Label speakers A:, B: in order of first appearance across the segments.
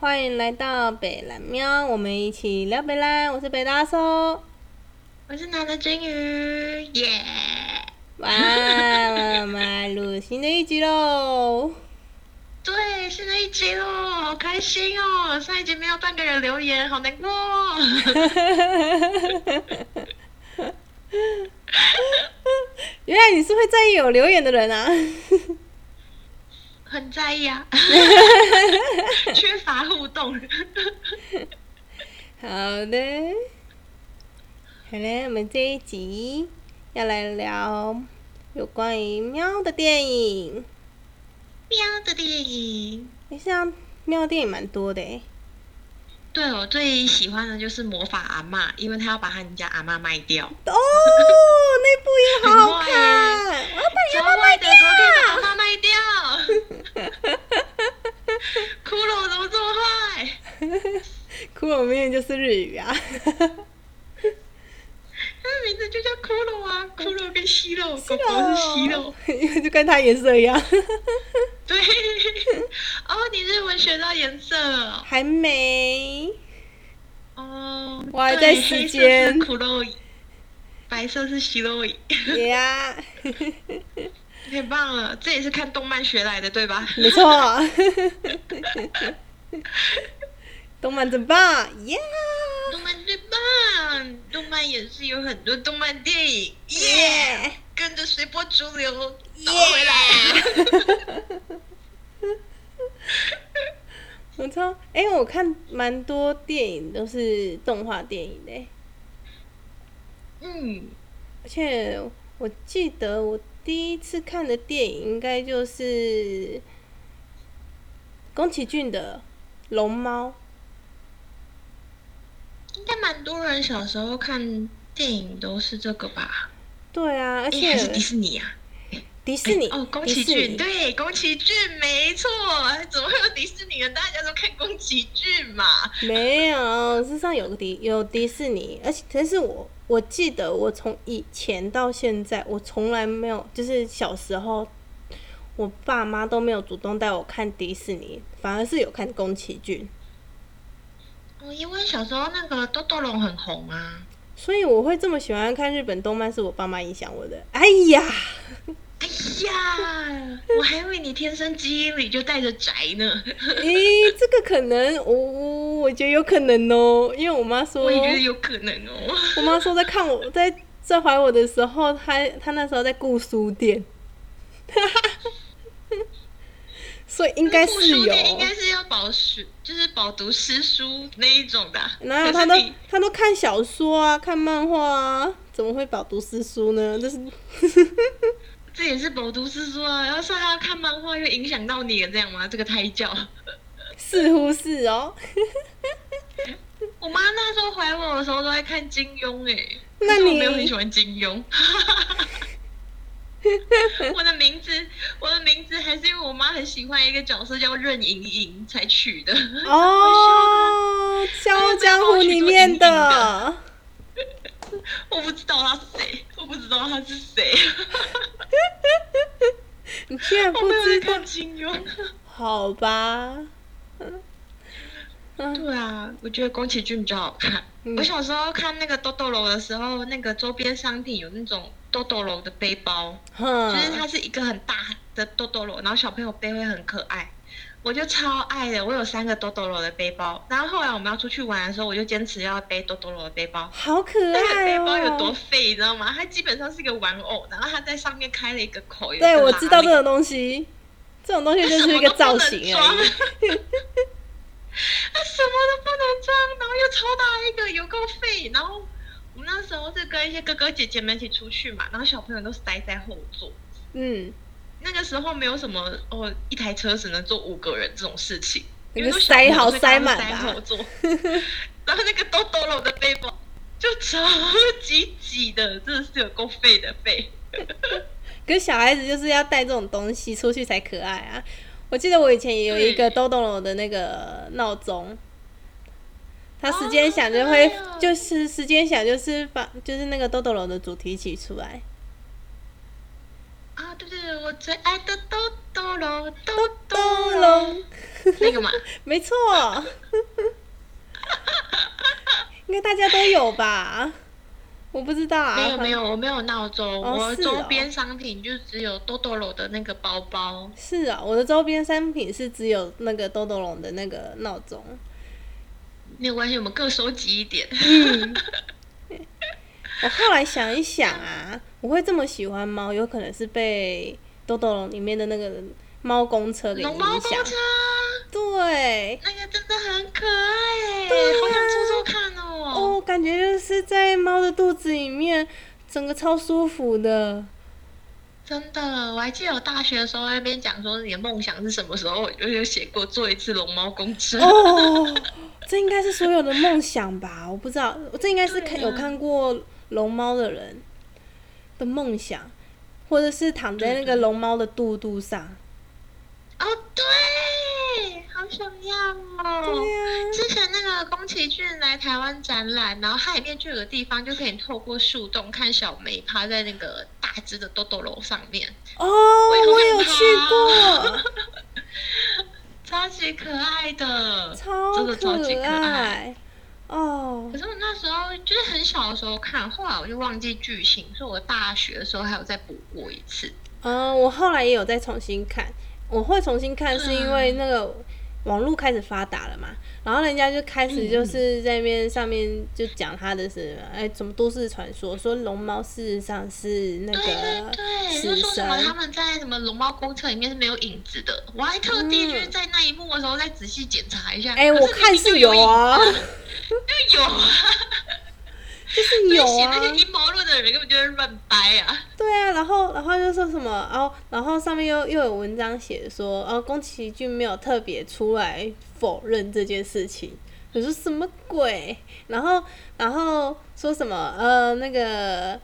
A: 欢迎来到北蓝喵，我们一起聊北蓝。我是北大叔，
B: 我是男的金鱼，耶、
A: 哇，我们来录新的一集喽！
B: 对，新的一集喽，好开心哦！上一集没有半个人留言，好难过哦。
A: 原来你是会在意有留言的人啊！
B: 很在意啊， 缺乏互动。
A: 好的，好嘞，我们这一集要来聊有关于喵的电影。
B: 喵的电影，
A: 诶像喵的电影蛮多的欸诶，
B: 对我最喜欢的就是魔法阿嬷，因为他要把他们家阿嬷卖掉。
A: 哦，那部也好好看，
B: 很
A: 我要把你
B: 哎超
A: 阿妈
B: 坏
A: 哎卖
B: 的，
A: 掉啊
B: 怎么可以把阿嬷卖掉？ 骷髅怎么这么坏？
A: 骷髅面就是日 语啊，
B: 他的名字就叫骷髅啊，骷髅跟息肉，狗狗是息 肉。
A: 因为就跟它颜色一样，
B: 对，哦，你日文学到颜色了。
A: 还没。
B: 哦，
A: 我还
B: 对
A: 在时
B: 黑色
A: 间
B: 是骷髅，白色是息肉，
A: 呀、
B: 太棒了！这也是看动漫学来的，对 吧？
A: 没错，动漫真棒，耶、
B: 动漫最棒，动漫也是有很多动漫电影，耶、
A: 耶
B: 跟着随波逐流倒回来。
A: 耶！ 我操，哎、我看蛮多电影都是动画电影的、
B: 嗯，
A: 而且我记得我第一次看的电影应该就是宫崎骏的《龙猫》。
B: 应该蛮多人小时候看电影都是这个吧？
A: 对啊，而
B: 哎、
A: 且
B: 还是迪士尼啊？
A: 迪士尼、
B: 哦，宫
A: 迪
B: 崎
A: 士
B: 骏
A: 尼
B: 对，宫崎骏没错，怎么会有迪士尼呢？大家都看宫崎骏嘛。
A: 没有，世上有个迪有迪士尼，而且但是我我记得我从以前到现在，我从来没有就是小时候，我爸妈都没有主动带我看迪士尼，反而是有看宫崎骏，
B: 哦，因为小时候那个豆豆龙很红啊。
A: 所以我会这么喜欢看日本动漫，是我爸妈影响我的。哎 呀，
B: 哎呀，
A: 啊
B: 我还以为你天生基因里就带着宅呢，
A: 诶、这个可能我、我我觉得有可能哦，因为我妈说，
B: 我也觉得有可能哦。
A: 我妈说在看我在在怀我的时候，她她那时候在顾书店， 所以应该
B: 复
A: 是
B: 书
A: 有
B: 店。应该是要饱书，就是饱读诗书那一种的啊。
A: 哪有
B: 可
A: 她
B: 是
A: 都
B: 你
A: 她都看小说啊，看漫画啊，怎么会饱读诗书呢？这是
B: 这也是饱读诗书啊，要是他看漫画又影响到你了，这样吗？这个胎教。
A: 似乎是哦。
B: 我妈那时候怀我的时候都在看金庸哎、欸，
A: 那
B: 可是我
A: 你
B: 没有很喜欢金 庸。我的名字，我的名字还是因为我妈很喜欢一个角色叫任盈盈才取的。
A: 哦，《笑傲江湖》里面的，
B: 我不知道她是谁，我不知道她是谁，
A: 你居然
B: 我
A: 不
B: 没有在
A: 知道？嗯
B: 看金庸。
A: 好吧，嗯嗯，
B: 对啊，我觉得宫崎骏比较好看。
A: 嗯
B: 我小时候看那个豆豆楼的时候，那个周边商品有那种豆豆楼的背包。
A: 哼
B: 就是它是一个很大的豆豆罗，然后小朋友背会很可爱，我就超爱的。我有三个豆豆罗的背包，然后后来我们要出去玩的时候，我就坚持要背豆豆罗的背包。
A: 好可
B: 那个
A: 爱
B: 背
A: 哦。
B: 包有多废，你知道吗？它基本上是一个玩偶，然后它在上面开了一个口。有一个
A: 对，我知道
B: 拉
A: 这
B: 链
A: 种东西，这种东西就是一 个造型 而已。
B: 他啊什么都不能装，然后又超大一个，有够废。然后我们那时候是跟一些哥哥姐姐们一起出去嘛，然后小朋友都是待在后座。
A: 嗯，
B: 那个时候没有什么哦，一台车只能坐五个人这种事情，
A: 那
B: 因
A: 个
B: 为都小朋友
A: 塞好
B: 所以大家
A: 塞
B: 都
A: 满
B: 塞
A: 吧
B: 后 座。然后那个豆豆龙的背包就超级挤的，真的是有够废的废。
A: 可是小孩子就是要带这种东西出去才可爱啊。我记得我以前也有一个
B: 对
A: 豆豆龙的那个闹钟，它时间响就
B: 哦
A: 会，
B: 好可爱哦
A: 就是 时间响就是把就是那个豆豆龙的主题曲出来。
B: 啊，对对对，我最爱的豆豆龙，豆
A: 哆
B: 豆龙，
A: 龙，
B: 那 个嘛，
A: 没错，应该大家都有吧？我不知道啊，
B: 没有没有，我没有闹钟，
A: 哦
B: 我
A: 是
B: 周
A: 哦
B: 边商品就只有豆豆龙的那个包包，
A: 是啊，我的周边商品是只有那个豆豆龙的那个闹钟。
B: 没有关系，我们各收集一点。
A: 嗯，我后来想一想啊，我会这么喜欢猫，有可能是被豆豆龙里面的那个猫公车给影
B: 龙猫公
A: 响。
B: 车
A: 对，
B: 那个哎真的很可爱耶，
A: 对啊
B: 好想做做看哦。
A: 哦，感觉就是在猫的肚子里面，整个超舒服 的。
B: 真的，我还记得我大学的时候在那边讲说你的梦想是什么时候，我就有写过做一次龙猫公车。
A: 哦，这应该是所有的梦想吧？我不知道，这应该是看
B: 对啊
A: 有看过龙猫的人的梦想，或者是躺在那
B: 对
A: 个龙猫的肚肚上。
B: 哦，对，好想要
A: 对啊
B: 哦。
A: 呀、
B: 之前那个宫崎骏来台湾展览，然后它里面就有个地方，就可以透过树洞看小梅趴在那个大只的豆豆楼上面，
A: 哦，
B: 我
A: 我
B: 也
A: 有
B: 好
A: 去 过，
B: 超级可爱的。
A: 超
B: 真的超级可
A: 爱
B: 爱
A: 哦
B: 可。是我那时候就是很小的时候看，后来我就忘记剧情，所以我大学的时候还有再补过一次。
A: 嗯，我后来也有再重新看，我会重新看是因为那个网络开始发达了嘛，然后人家就开始就是在那边上面就讲他的什么，哎，什么都市传说，说龙猫事实上是那
B: 对对
A: 个
B: 对，就
A: 死
B: 说什
A: 神
B: 么，他们在什么龙猫公厕里面是没有影子的，我还特地就是在那一幕的时候再仔细检查一下。
A: 嗯哎，
B: 可
A: 我
B: 明
A: 看
B: 明就是有
A: 有
B: 影，
A: 啊，
B: 就有啊，
A: 就是
B: 就是
A: 有
B: 写
A: 啊
B: 那，些阴谋论的人根本就是乱掰啊。
A: 对啊，然后然后就说什么，哦，然后上面又又有文章写说，哦，宫崎骏没有特别出来否认这件事情。我说什么鬼？然后然后说什么？呃，那个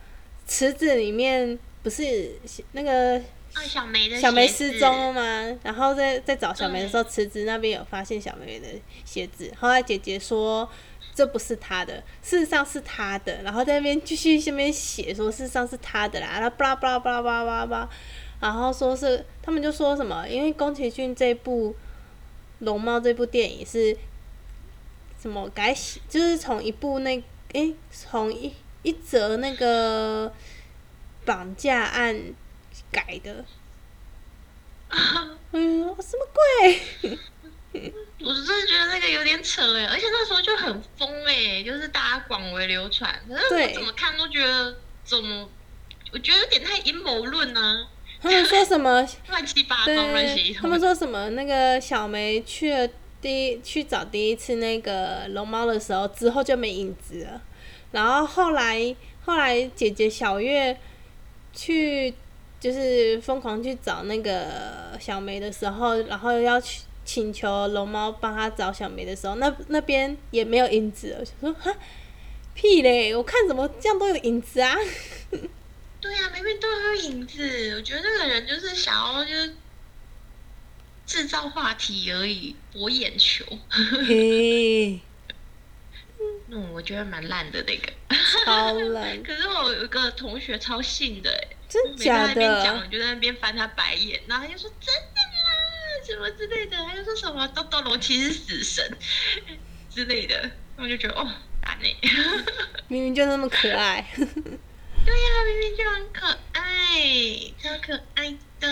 A: 池子里面不是那个
B: 啊，小梅的
A: 小梅
B: 鞋
A: 失
B: 子
A: 踪 了吗？然后在在找小梅的时候，池子那边有发现小梅的鞋子，后来姐姐说这不是她的，事实上是她的，然后在那边继续下面写说事实上是她的啦，然后巴拉巴拉巴拉巴拉巴拉巴拉，然后说是他们就说什么，因为宫崎骏这部《龙猫》这部电影是什么改写，就是从一部那诶，从一一则那个绑架案改的。嗯，什么鬼？
B: 我真的觉得那个有点扯哎，而且那时候就很疯哎，就是大家广为流传。可是我
A: 对
B: 怎么看都觉得怎么，我觉得有点太阴谋论呢，
A: 他们说什么？
B: 乱七八糟，乱写一
A: 对，
B: 通。
A: 他们说什么？那个小梅去了第一去找第一次那个龙猫的时候，之后就没影子了。然后后来后来姐姐小月去就是疯狂去找那个小梅的时候，然后要去请求龙猫帮她找小梅的时候，那那边也没有影子了。我想说哈屁嘞！我看怎么这样都有影子啊？
B: 对呀、明明都有影子。我觉得那个人就是想要就是制造话题而已，博眼球。
A: 嘿，
B: 嗯，我觉得蛮烂的那个。
A: 超冷，
B: 可是我有一个同学超信的、欸，
A: 真
B: 每次在
A: 假
B: 那边讲，
A: 的
B: 我？就在那边翻他白眼，然后他就说真的啦，什么之类的，他就说什么豆豆龙其实是死神之类的，我就觉得哦，打你。
A: 明明就那么可爱。
B: 对呀、明明就很可爱，超可爱的。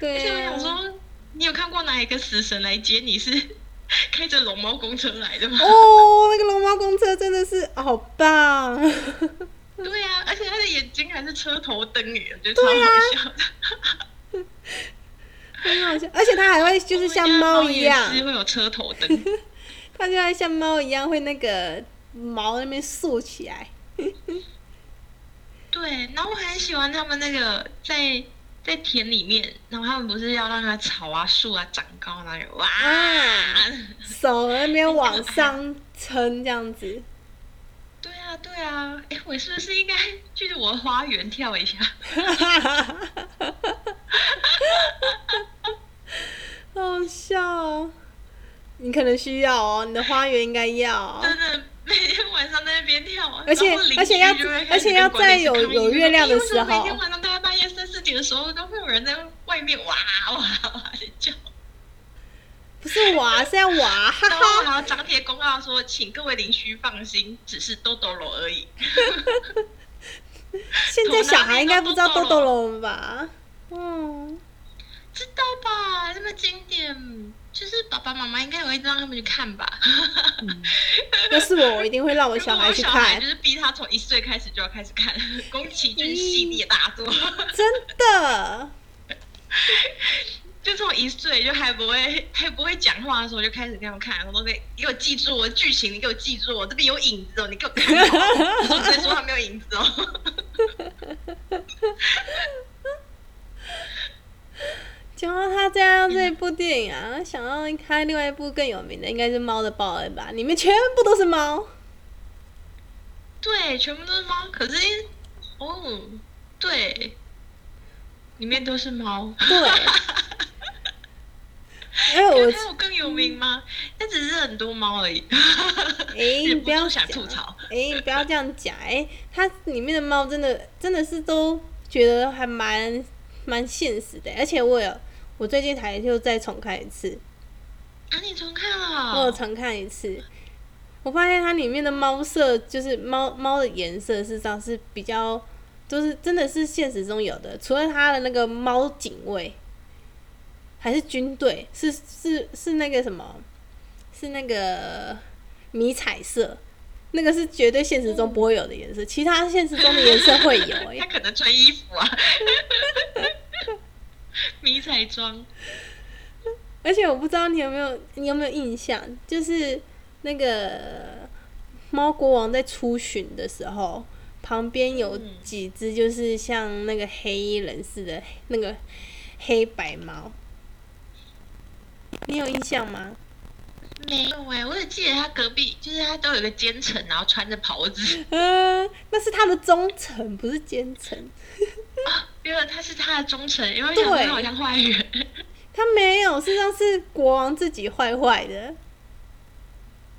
B: 而且我
A: 对啊
B: 想，说，你有看过哪一个死神来接你是 开着龙猫公车来的吗？
A: 哦，那个龙猫公车真的是好棒。
B: 对呀、而且他的眼睛还是车头灯耶，我觉得超
A: 啊
B: 好笑的。
A: 很好笑，而且它还会就是像猫
B: 我
A: 一
B: 们家的猫也是
A: 样，
B: 会有车头灯。
A: 它就会像猫一样会那个毛那边竖起来。
B: 对，然后我很喜欢他们那个在在田里面，然后他们不是要让它草啊、树啊长高，然后就哇，
A: 啊手那边往上撑这样子，
B: 对啊，对啊，哎，我是不是应该 去我的花园跳一下？
A: 好好笑哦！你可能需要哦，你的花园应该要哦、
B: 真的每天晚上在那边跳啊，
A: 而且
B: 然后邻居
A: 而且要
B: 就会开始
A: 而且要
B: 跟管理
A: 在有
B: 室抗议
A: 有月亮的时候
B: 哎为什么每天晚上大家半夜三四体的时候，都会有人在外面哇哇哇地叫。
A: 不是娃，是在娃，哈
B: 然后
A: 哈。
B: 然后张贴公告说，请各位邻居放心，只是豆豆罗而已。
A: 现在小孩应该不知道豆豆龙吧？嗯，
B: 知道吧？这么经典，就是爸爸妈妈应该也会让他们去看吧。
A: 要是我，我一定会 让我
B: 如果
A: 小孩
B: 我
A: 去
B: 小孩
A: 看
B: 就，是逼他从一岁开始就要开始看宫崎骏系列大作，
A: 真的。
B: 就从一岁就还不会还不会讲话的时候就开始这样看，我都得你给我哎记住我的剧情，你给我记住我这边有影子哦，你给我看好。我只能说他没有影子哦，
A: 讲到他这样这部电影
B: 嗯
A: 啊，想到他另外一部更有名的应该是《猫的报恩》吧，里面全部都是猫。
B: 对，全部都是猫，可是哦，对，里面都是猫。
A: 对，哎，我
B: 对它有更有名吗？那只是很多猫 而已。
A: 哎、你
B: 忍
A: 不
B: 不
A: 要
B: 住想
A: 讲
B: 吐槽。
A: 哎、你不要这样讲。哎、它里面的猫真的真的是都觉得还蛮蛮现实的。而且我有，我最近才又再重看一次，
B: 啊，你重看了？哦
A: 我有哦重看一次。我发现它里面的猫色，就是猫猫的颜色，事实上是比较，就是真的是现实中有的。除了它的那个猫警卫，还是军队，是是是那个什么，是那个迷彩色，那个是绝对现实中不会有的颜色，其他现实中的颜色会有、
B: 他
A: 欸。
B: 可能穿衣服啊，迷彩装。
A: 而且我不知道你有没有，你有没有印象，就是那个猫国王在出巡的时候，旁边有
B: 嗯
A: 几只就是像那个黑衣人似的那个黑白猫，你有印象吗？
B: 没有哎、我只记得他隔壁，就是他都有个奸臣，然后穿着袍子。
A: 嗯，那是他的忠臣，不是奸臣。
B: 原来啊他是他的忠臣，因为我想说
A: 对
B: 他好像坏人。
A: 他没有，事实上是国王自己坏坏的。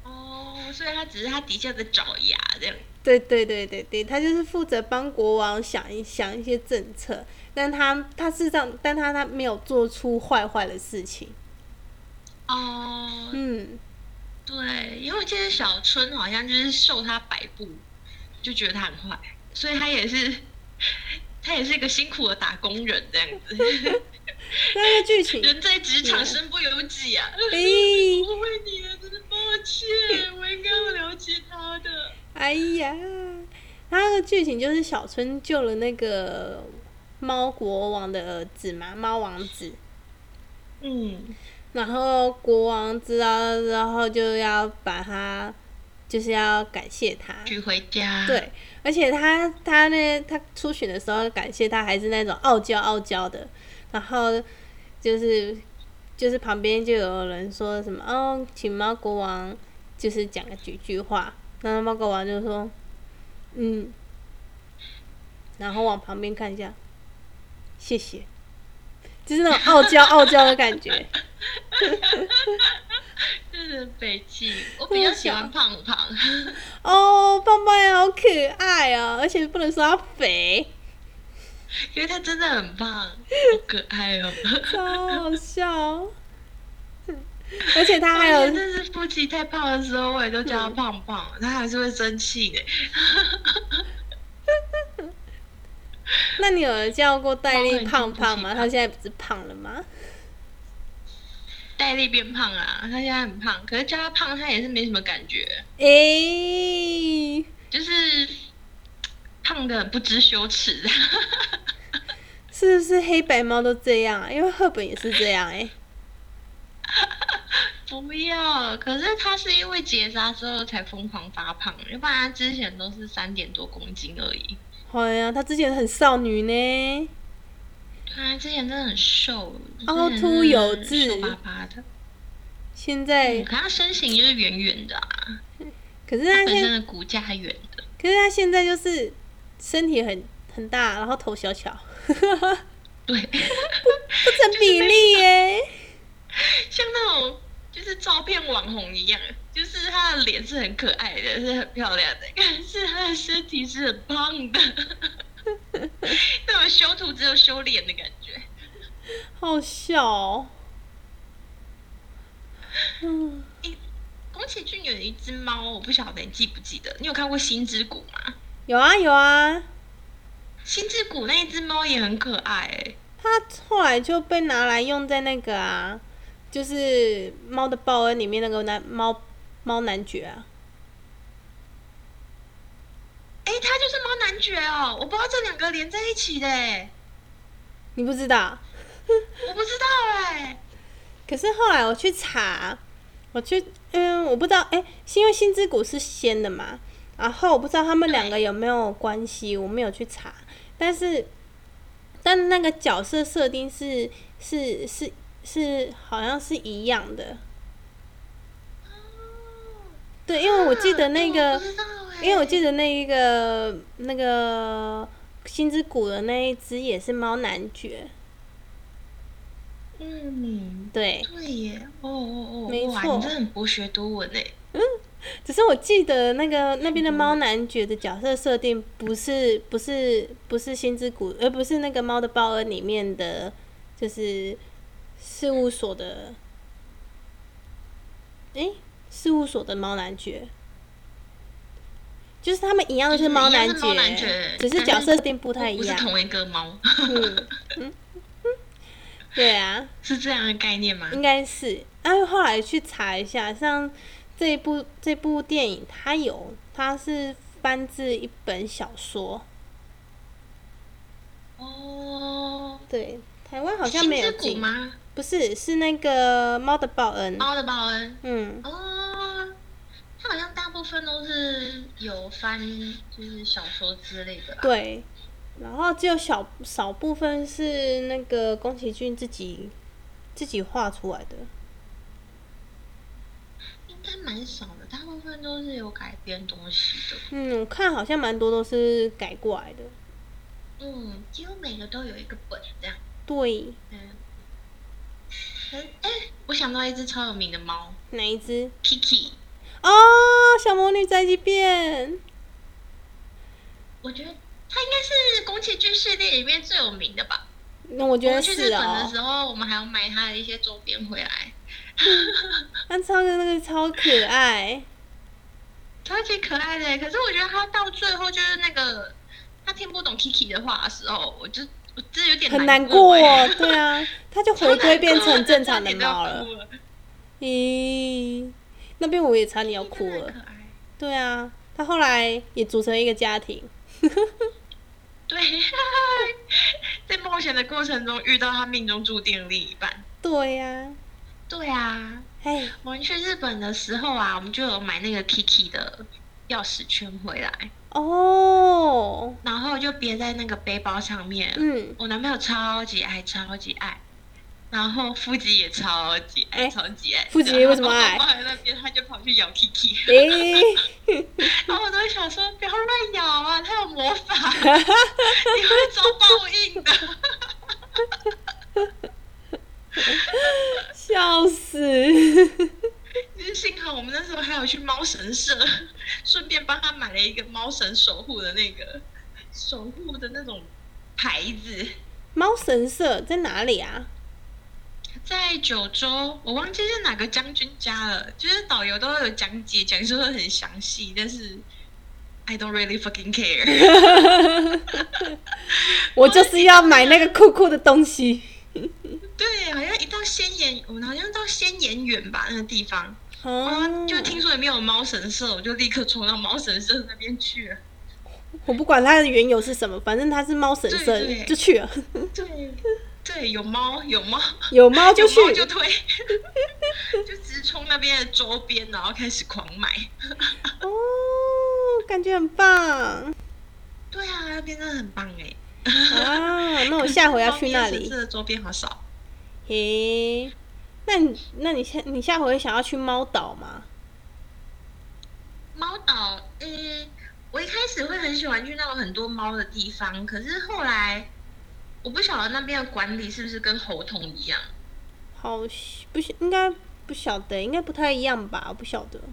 B: 哦，所以他只是他底下的爪牙这样。
A: 对对对对对，他就是负责帮国王想一想一些政策，但他他事实上，但他他没有做出坏坏的事情。
B: 哦，
A: 嗯，
B: 对，因为我记得小春好像就是受他摆布，就觉得他很坏，所以他也是，他也是一个辛苦的打工人这样子，
A: 那个剧情，
B: 人在职场身不由己啊。
A: 哎
B: 我为你了，真的抱歉，我应该要了解他的。
A: 哎呀，那个剧情就是小春救了那个猫国王的儿子嘛，猫王子。
B: 嗯，
A: 然后国王知道了之后，就要把他，就是要感谢他。
B: 娶回家。，
A: 对，而且他他呢，他初选的时候感谢他还是那种傲娇傲娇的，然后就是就是旁边就有人说什么哦，请猫国王就是讲了几句话，然后猫国王就说嗯，然后往旁边看一下，谢谢，就是那种傲娇傲娇的感觉。
B: 是北极。我比较喜欢胖胖，
A: 哦，棒棒也好可爱哦，而且不能说它肥，
B: 因为他真的很胖，好可爱哦。
A: 超好笑。而且他还
B: 我以前
A: 有，
B: 真是夫妻太胖的时候，我也都叫他胖胖，他还是会生气的。
A: 那你有叫过戴丽胖胖吗？
B: 哦猫很
A: 他现在不是胖了吗？
B: 戴笠变胖啊，他现在很胖，可是叫他胖，他也是没什么感觉，
A: 诶、
B: 就是胖的不知羞耻。啊
A: 是不是黑白猫都这样啊？因为赫本也是这样诶、
B: 不要，可是他是因为结扎之后才疯狂发胖，要不然他之前都是三点多公斤而已。
A: 哎呀，她之前很少女呢。
B: 对啊，之前真的很瘦，
A: 凹
B: 之前真的是
A: 凸有致
B: 瘦巴巴的。
A: 现在
B: 嗯，可他身形就是圆圆的、啊，
A: 可是
B: 他
A: 她
B: 本
A: 现
B: 身的骨架还圆的。
A: 可是她现在就是身体很很大，然后头小巧， 不
B: 对，
A: 成比例耶、
B: 像那种就是照片网红一样，就是他的脸是很可爱的，是很漂亮的，但是他的身体是很胖的。 那种修图只有修脸的感觉。
A: 好笑、哦。嗯，
B: 宫崎骏有一只猫，我不晓得你记不记得？你有看过《星之谷》吗？
A: 有啊有啊，
B: 《星之谷》那一只猫也很可爱、欸，
A: 它后来就被拿来用在那个啊，就是《猫的报恩》里面那个男猫猫男爵啊。
B: 哎、它就是猫男爵哦，我不知道这两个连在一起的、欸，
A: 你不知道？
B: 我不知道哎、
A: 可是后来我去查，我去，嗯，我不知道，哎、是因为星之谷是仙的嘛，然后我不知道他们两个有没有关系，我没有去查，但是，但那个角色设定是是是是好像是一样的，对，因为我记得那
B: 啊
A: 个，
B: 我不知道哎、
A: 因为我记得那一个那个星之谷的那一只也是猫男爵，
B: 嗯，
A: 对，
B: 对耶，哦哦哦，
A: 没
B: 哇，
A: 错
B: 你真的很博学多闻哎。
A: 只是我记得那个那边的猫男爵的角色设定不是不是不是星之谷，而不是那个《猫的报恩》里面的，就是事务所的，诶、事务所的猫男爵，就是他们一样都是猫
B: 就是一样是猫男爵
A: 只是角色设定不太一
B: 不是
A: 样。
B: 同一个猫，
A: 嗯嗯嗯对啊，
B: 是这样的概念吗？
A: 应该是。哎、后来去查一下，像这部这部电影，它有它是翻自一本小说，
B: 哦，
A: 对，台湾好
B: 好
A: 像没有
B: 之谷
A: 进，
B: 吗？哦
A: 不是，是那个《猫的报恩》。
B: 猫的报恩。
A: 嗯，
B: 哦，它好像大部分都是有翻，就是小说之类的吧。
A: 对。然后只有小少部分是那个宫崎骏自己自己画出来的，
B: 应该蛮少的，大部分都是有改编东西的。
A: 嗯，我看好像蛮多都是改过来的，
B: 嗯，几乎每个都有一个本这样。
A: 对，
B: 嗯，嗯哎、我想到一只超有名的猫
A: 哪一只？
B: ，Kiki。
A: 哦，小魔女宅急便，
B: 我觉得它应该是宫崎骏系列里面最有名的吧。
A: 那我觉
B: 我
A: 得
B: 们去日
A: 是
B: 本
A: 哦。
B: 的时候，我们还要买它的一些周边回来，
A: 他超的那个超可爱，
B: 超级可爱的。欸可是我觉得它到最后就是那个，它听不懂 Kiki 的话的时候，我就我真的有点
A: 很难
B: 难
A: 过
B: 哎，
A: 哦。 对啊，它就回归变成正常的
B: 真有
A: 猫
B: 点要
A: 了
B: 哭。了，
A: 咦，那边我也差点要哭
B: 真的很
A: 了
B: 可。爱。
A: 对啊，它后来也组成一个家庭。
B: 对， 在冒险的过程中遇到他命中注定的另一半。
A: 对呀、
B: 对啊，
A: 哎，
B: 我们去日本的时候啊，我们就有买那个 Kiki 的钥匙圈回来，
A: 哦，
B: 然后就别在那个背包上面。
A: 嗯，
B: 我男朋友超级爱，超级爱，然后腹肌也超级爱，
A: 哎
B: 超级爱。啊
A: 腹肌为什么
B: 然
A: 爱
B: 后我放在那边，他就跑去咬 Kiki，
A: 诶，
B: 然后我都会想说，不要乱咬啊，他有魔 法，你会遭报应的。
A: 笑死！
B: 就是幸好我们那时候还有去猫神社， 顺便帮他买了一个猫神守护的那个守护的那种牌子，
A: 猫神社在哪里啊？
B: 在九州，我忘记是哪个将军家了，就是导游都有讲解，讲述的很详细，但是 I don't really fucking care。
A: 我就是要买那个酷酷的东西。
B: 对，好像一到仙岩，我们好像到仙岩园吧那个地方，
A: 哦，
B: 就听说里面有猫神社，我就立刻冲到猫神社那边去了。
A: 我不管它的缘由是什么，反正它是猫神社
B: 对对
A: 就去了，
B: 对，对，有猫，有猫。
A: 有猫就
B: 有
A: 去
B: 猫，就推， 就直冲那边的周边，然后开始狂买。
A: 哦，感觉很棒
B: 对啊，那边真的很棒哎、
A: 啊！那我下回要去那
B: 猫咪神
A: 里
B: 社。的周边好少。
A: 嘿，那你那你下你下回想要去猫岛吗？
B: 猫岛，嗯，我一开始会很喜欢去那种很多猫的地方，可是后来我不晓得那边的管理是不是跟猴童一样。
A: 好像，不是应该不晓得，应该不太一样吧？我不晓得。
B: 欸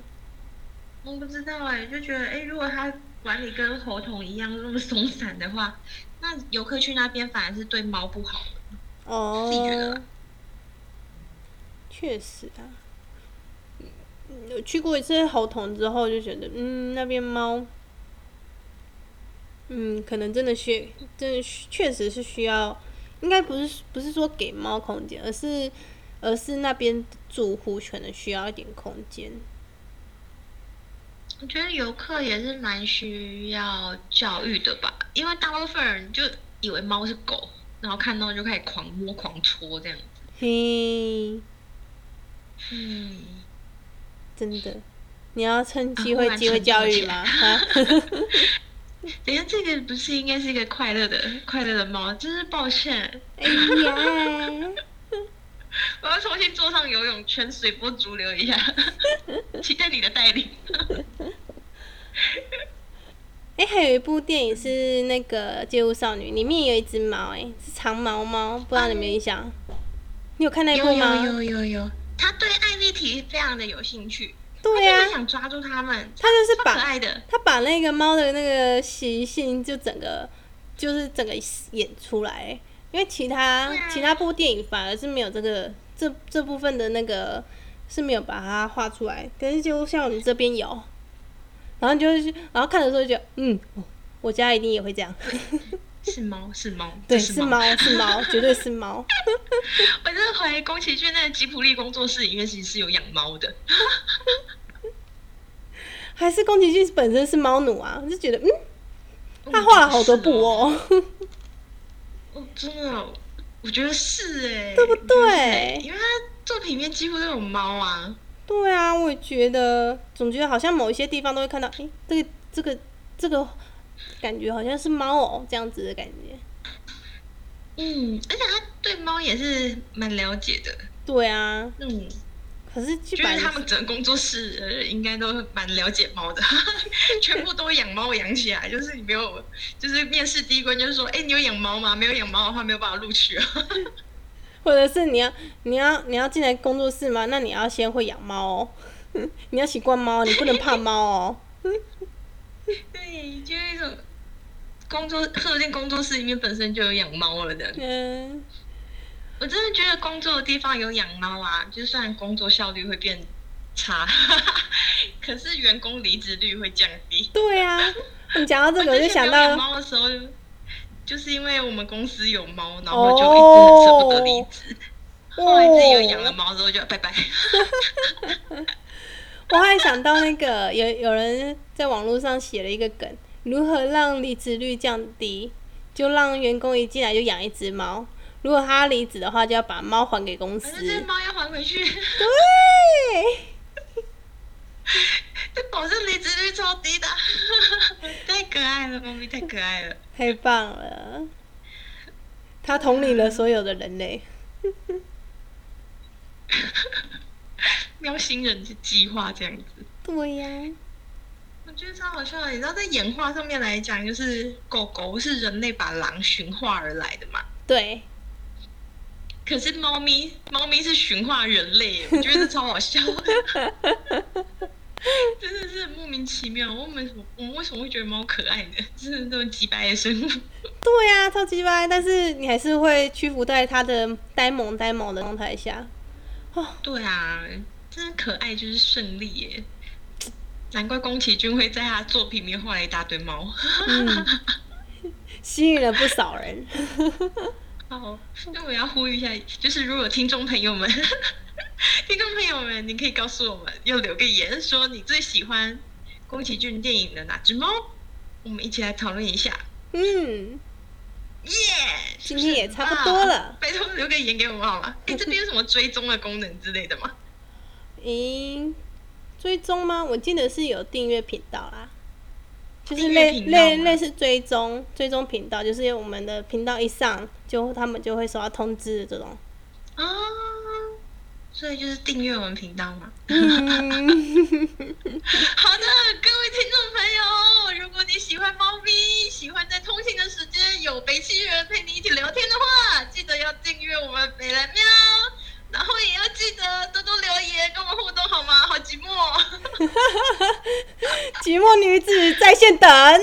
B: 我不知道哎、就觉得哎、如果他管理跟猴童一样那么松散的话，那游客去那边反而是对猫不好的。
A: 哦，
B: 自己觉得啦
A: 确实啊，嗯我去过一次猴童之后就觉得，嗯，那边猫，嗯，可能真的需，真的需确实是需要，应该不是不是说给猫空间，而是而是那边住户可能需要一点空间。
B: 我觉得游客也是蛮需要教育的吧，因为大部分人就以为猫是狗，然后看到就开始狂摸狂戳这样。
A: 嘿，
B: 嗯，
A: 真的，你要趁机
B: 啊忽
A: 会
B: 然
A: 机会
B: 沉
A: 教
B: 重
A: 育
B: 起来
A: 吗？啊，
B: 等一下这个不是应该是一个快乐的快乐的猫，真是抱歉，
A: 哎呀。
B: 我要重新坐上游泳圈，随波逐流一下， 期待你的带 领。
A: 哎、还有一部电影是那个《街舞少女》，里面有一只猫、哎，是长毛猫，不知道你有没有印象？你有看那一
B: 有
A: 部吗？
B: 有有有有，他对艾丽缇非常的有兴趣，
A: 对
B: 他
A: 呀、
B: 就是想抓住他们，
A: 它就是
B: 超可
A: 把
B: 爱的。
A: 它把那个猫的那个习性就整个就是整个演出来、哎因为其他、
B: 对啊
A: 其他部电影反而是没有这个这这部分的那个是没有把它画出来，可是《街舞少女》这边有，然后你就是然后看的时候就觉得，嗯，我我家一定也会这样，
B: 是猫，是猫，
A: 对，
B: 这
A: 是
B: 猫
A: 猫。，是猫，绝对是猫。
B: 我真的怀疑宫崎骏那个吉普力工作室里面其实是有养猫的，
A: 还是宫崎骏本身是猫奴啊，我就觉得嗯， 他画了好多部哦，
B: 嗯。我真的 哦，我觉得是哎，
A: 对不
B: 我觉得是欸
A: 对
B: 因为他作品里面几乎都有猫啊。
A: 对啊，我也觉得，总觉得好像某一些地方都会看到，诶，这个这个这个感觉好像是猫哦，这样子的感觉。
B: 嗯，而且他对猫也是蛮了解的，
A: 对啊，
B: 嗯，
A: 可是剧
B: 就
A: 版
B: 是他们整个工作室的人应该都蛮了解猫的， 全部都养猫养起来。就是你没有，就是面试第一关就是说，哎、你有养猫吗？没有养猫的话，没有办法录取啊。
A: 或者是你要你要你要进来工作室吗？那你要先会养猫哦， 你要习惯猫，你不能怕猫哦。
B: 对，就是一种工作，说不定工作室里面本身就有养猫了的。
A: 嗯，
B: 我真的觉得工作的地方有养猫啊，就算工作效率会变差， 可是员工离职率会降低。
A: 对啊，你讲到这个我就
B: 之前
A: 想
B: 没有
A: 到
B: 养猫的时候，就是因为我们公司有猫，然
A: 哦
B: 后就一直舍不得离职。后来自己又养了猫之后就拜拜。
A: 我还想到那个有有人在网络上写了一个梗，如何让离职率降低？就让员工一进来就养一只猫，如果他离职的话，就要把猫还给公司
B: 反。正这猫要还回去，
A: 对，
B: 这保证离职率超低的， 太可爱了，猫咪太可爱了。
A: 太棒了！他统领了所有的人类。
B: 喵星人的计划这样子。
A: 对呀、
B: 我觉得超好笑的，你知道在演化上面来讲，就是狗狗是人类把狼驯化而来的嘛，
A: 对，
B: 可是猫咪，猫咪是驯化人类，我觉得这超好笑的，真的是莫名其妙。我们我们为什么会觉得猫可爱呢？真的这么几百的生物，
A: 对呀、超级掰，但是你还是会屈服在他的呆萌呆萌的状态下。
B: 对啊，真的可爱就是胜利耶。难怪宫崎骏会在他作品里面画了一大堆猫。
A: 嗯， 吸引了不少人。
B: 好，那我要呼吁一下，就是如果有听众朋友们， 听众朋友们，你可以告诉我们，要留个言，说你最喜欢宫崎骏电影的哪只猫，我们一起来讨论一下。
A: 嗯。
B: 耶、是
A: 今
B: 不是
A: 天也差不多
B: 很
A: 了嗯
B: 棒， 拜托留个言给我们好吗？哎，这边有什么追踪的功能之类的吗？
A: 咦，追踪吗？我记得是有订阅频道啦，就是
B: 订阅
A: 类
B: 频道
A: 类
B: 吗
A: 类似追踪追踪频道，就是我们的频道一上，就他们就会收到通知的这 种。
B: 啊，所以就是订阅我们频道嘛。
A: 嗯，
B: 好的，各位听众朋友，如果你喜欢猫咪，喜欢在通勤的时间有北汽人陪你一起聊天的话，记得要订阅我们北蓝喵，然后也要记得多多留言跟我们互动好吗？好寂寞哦，
A: 寂寂寞女子在线等。
B: 哦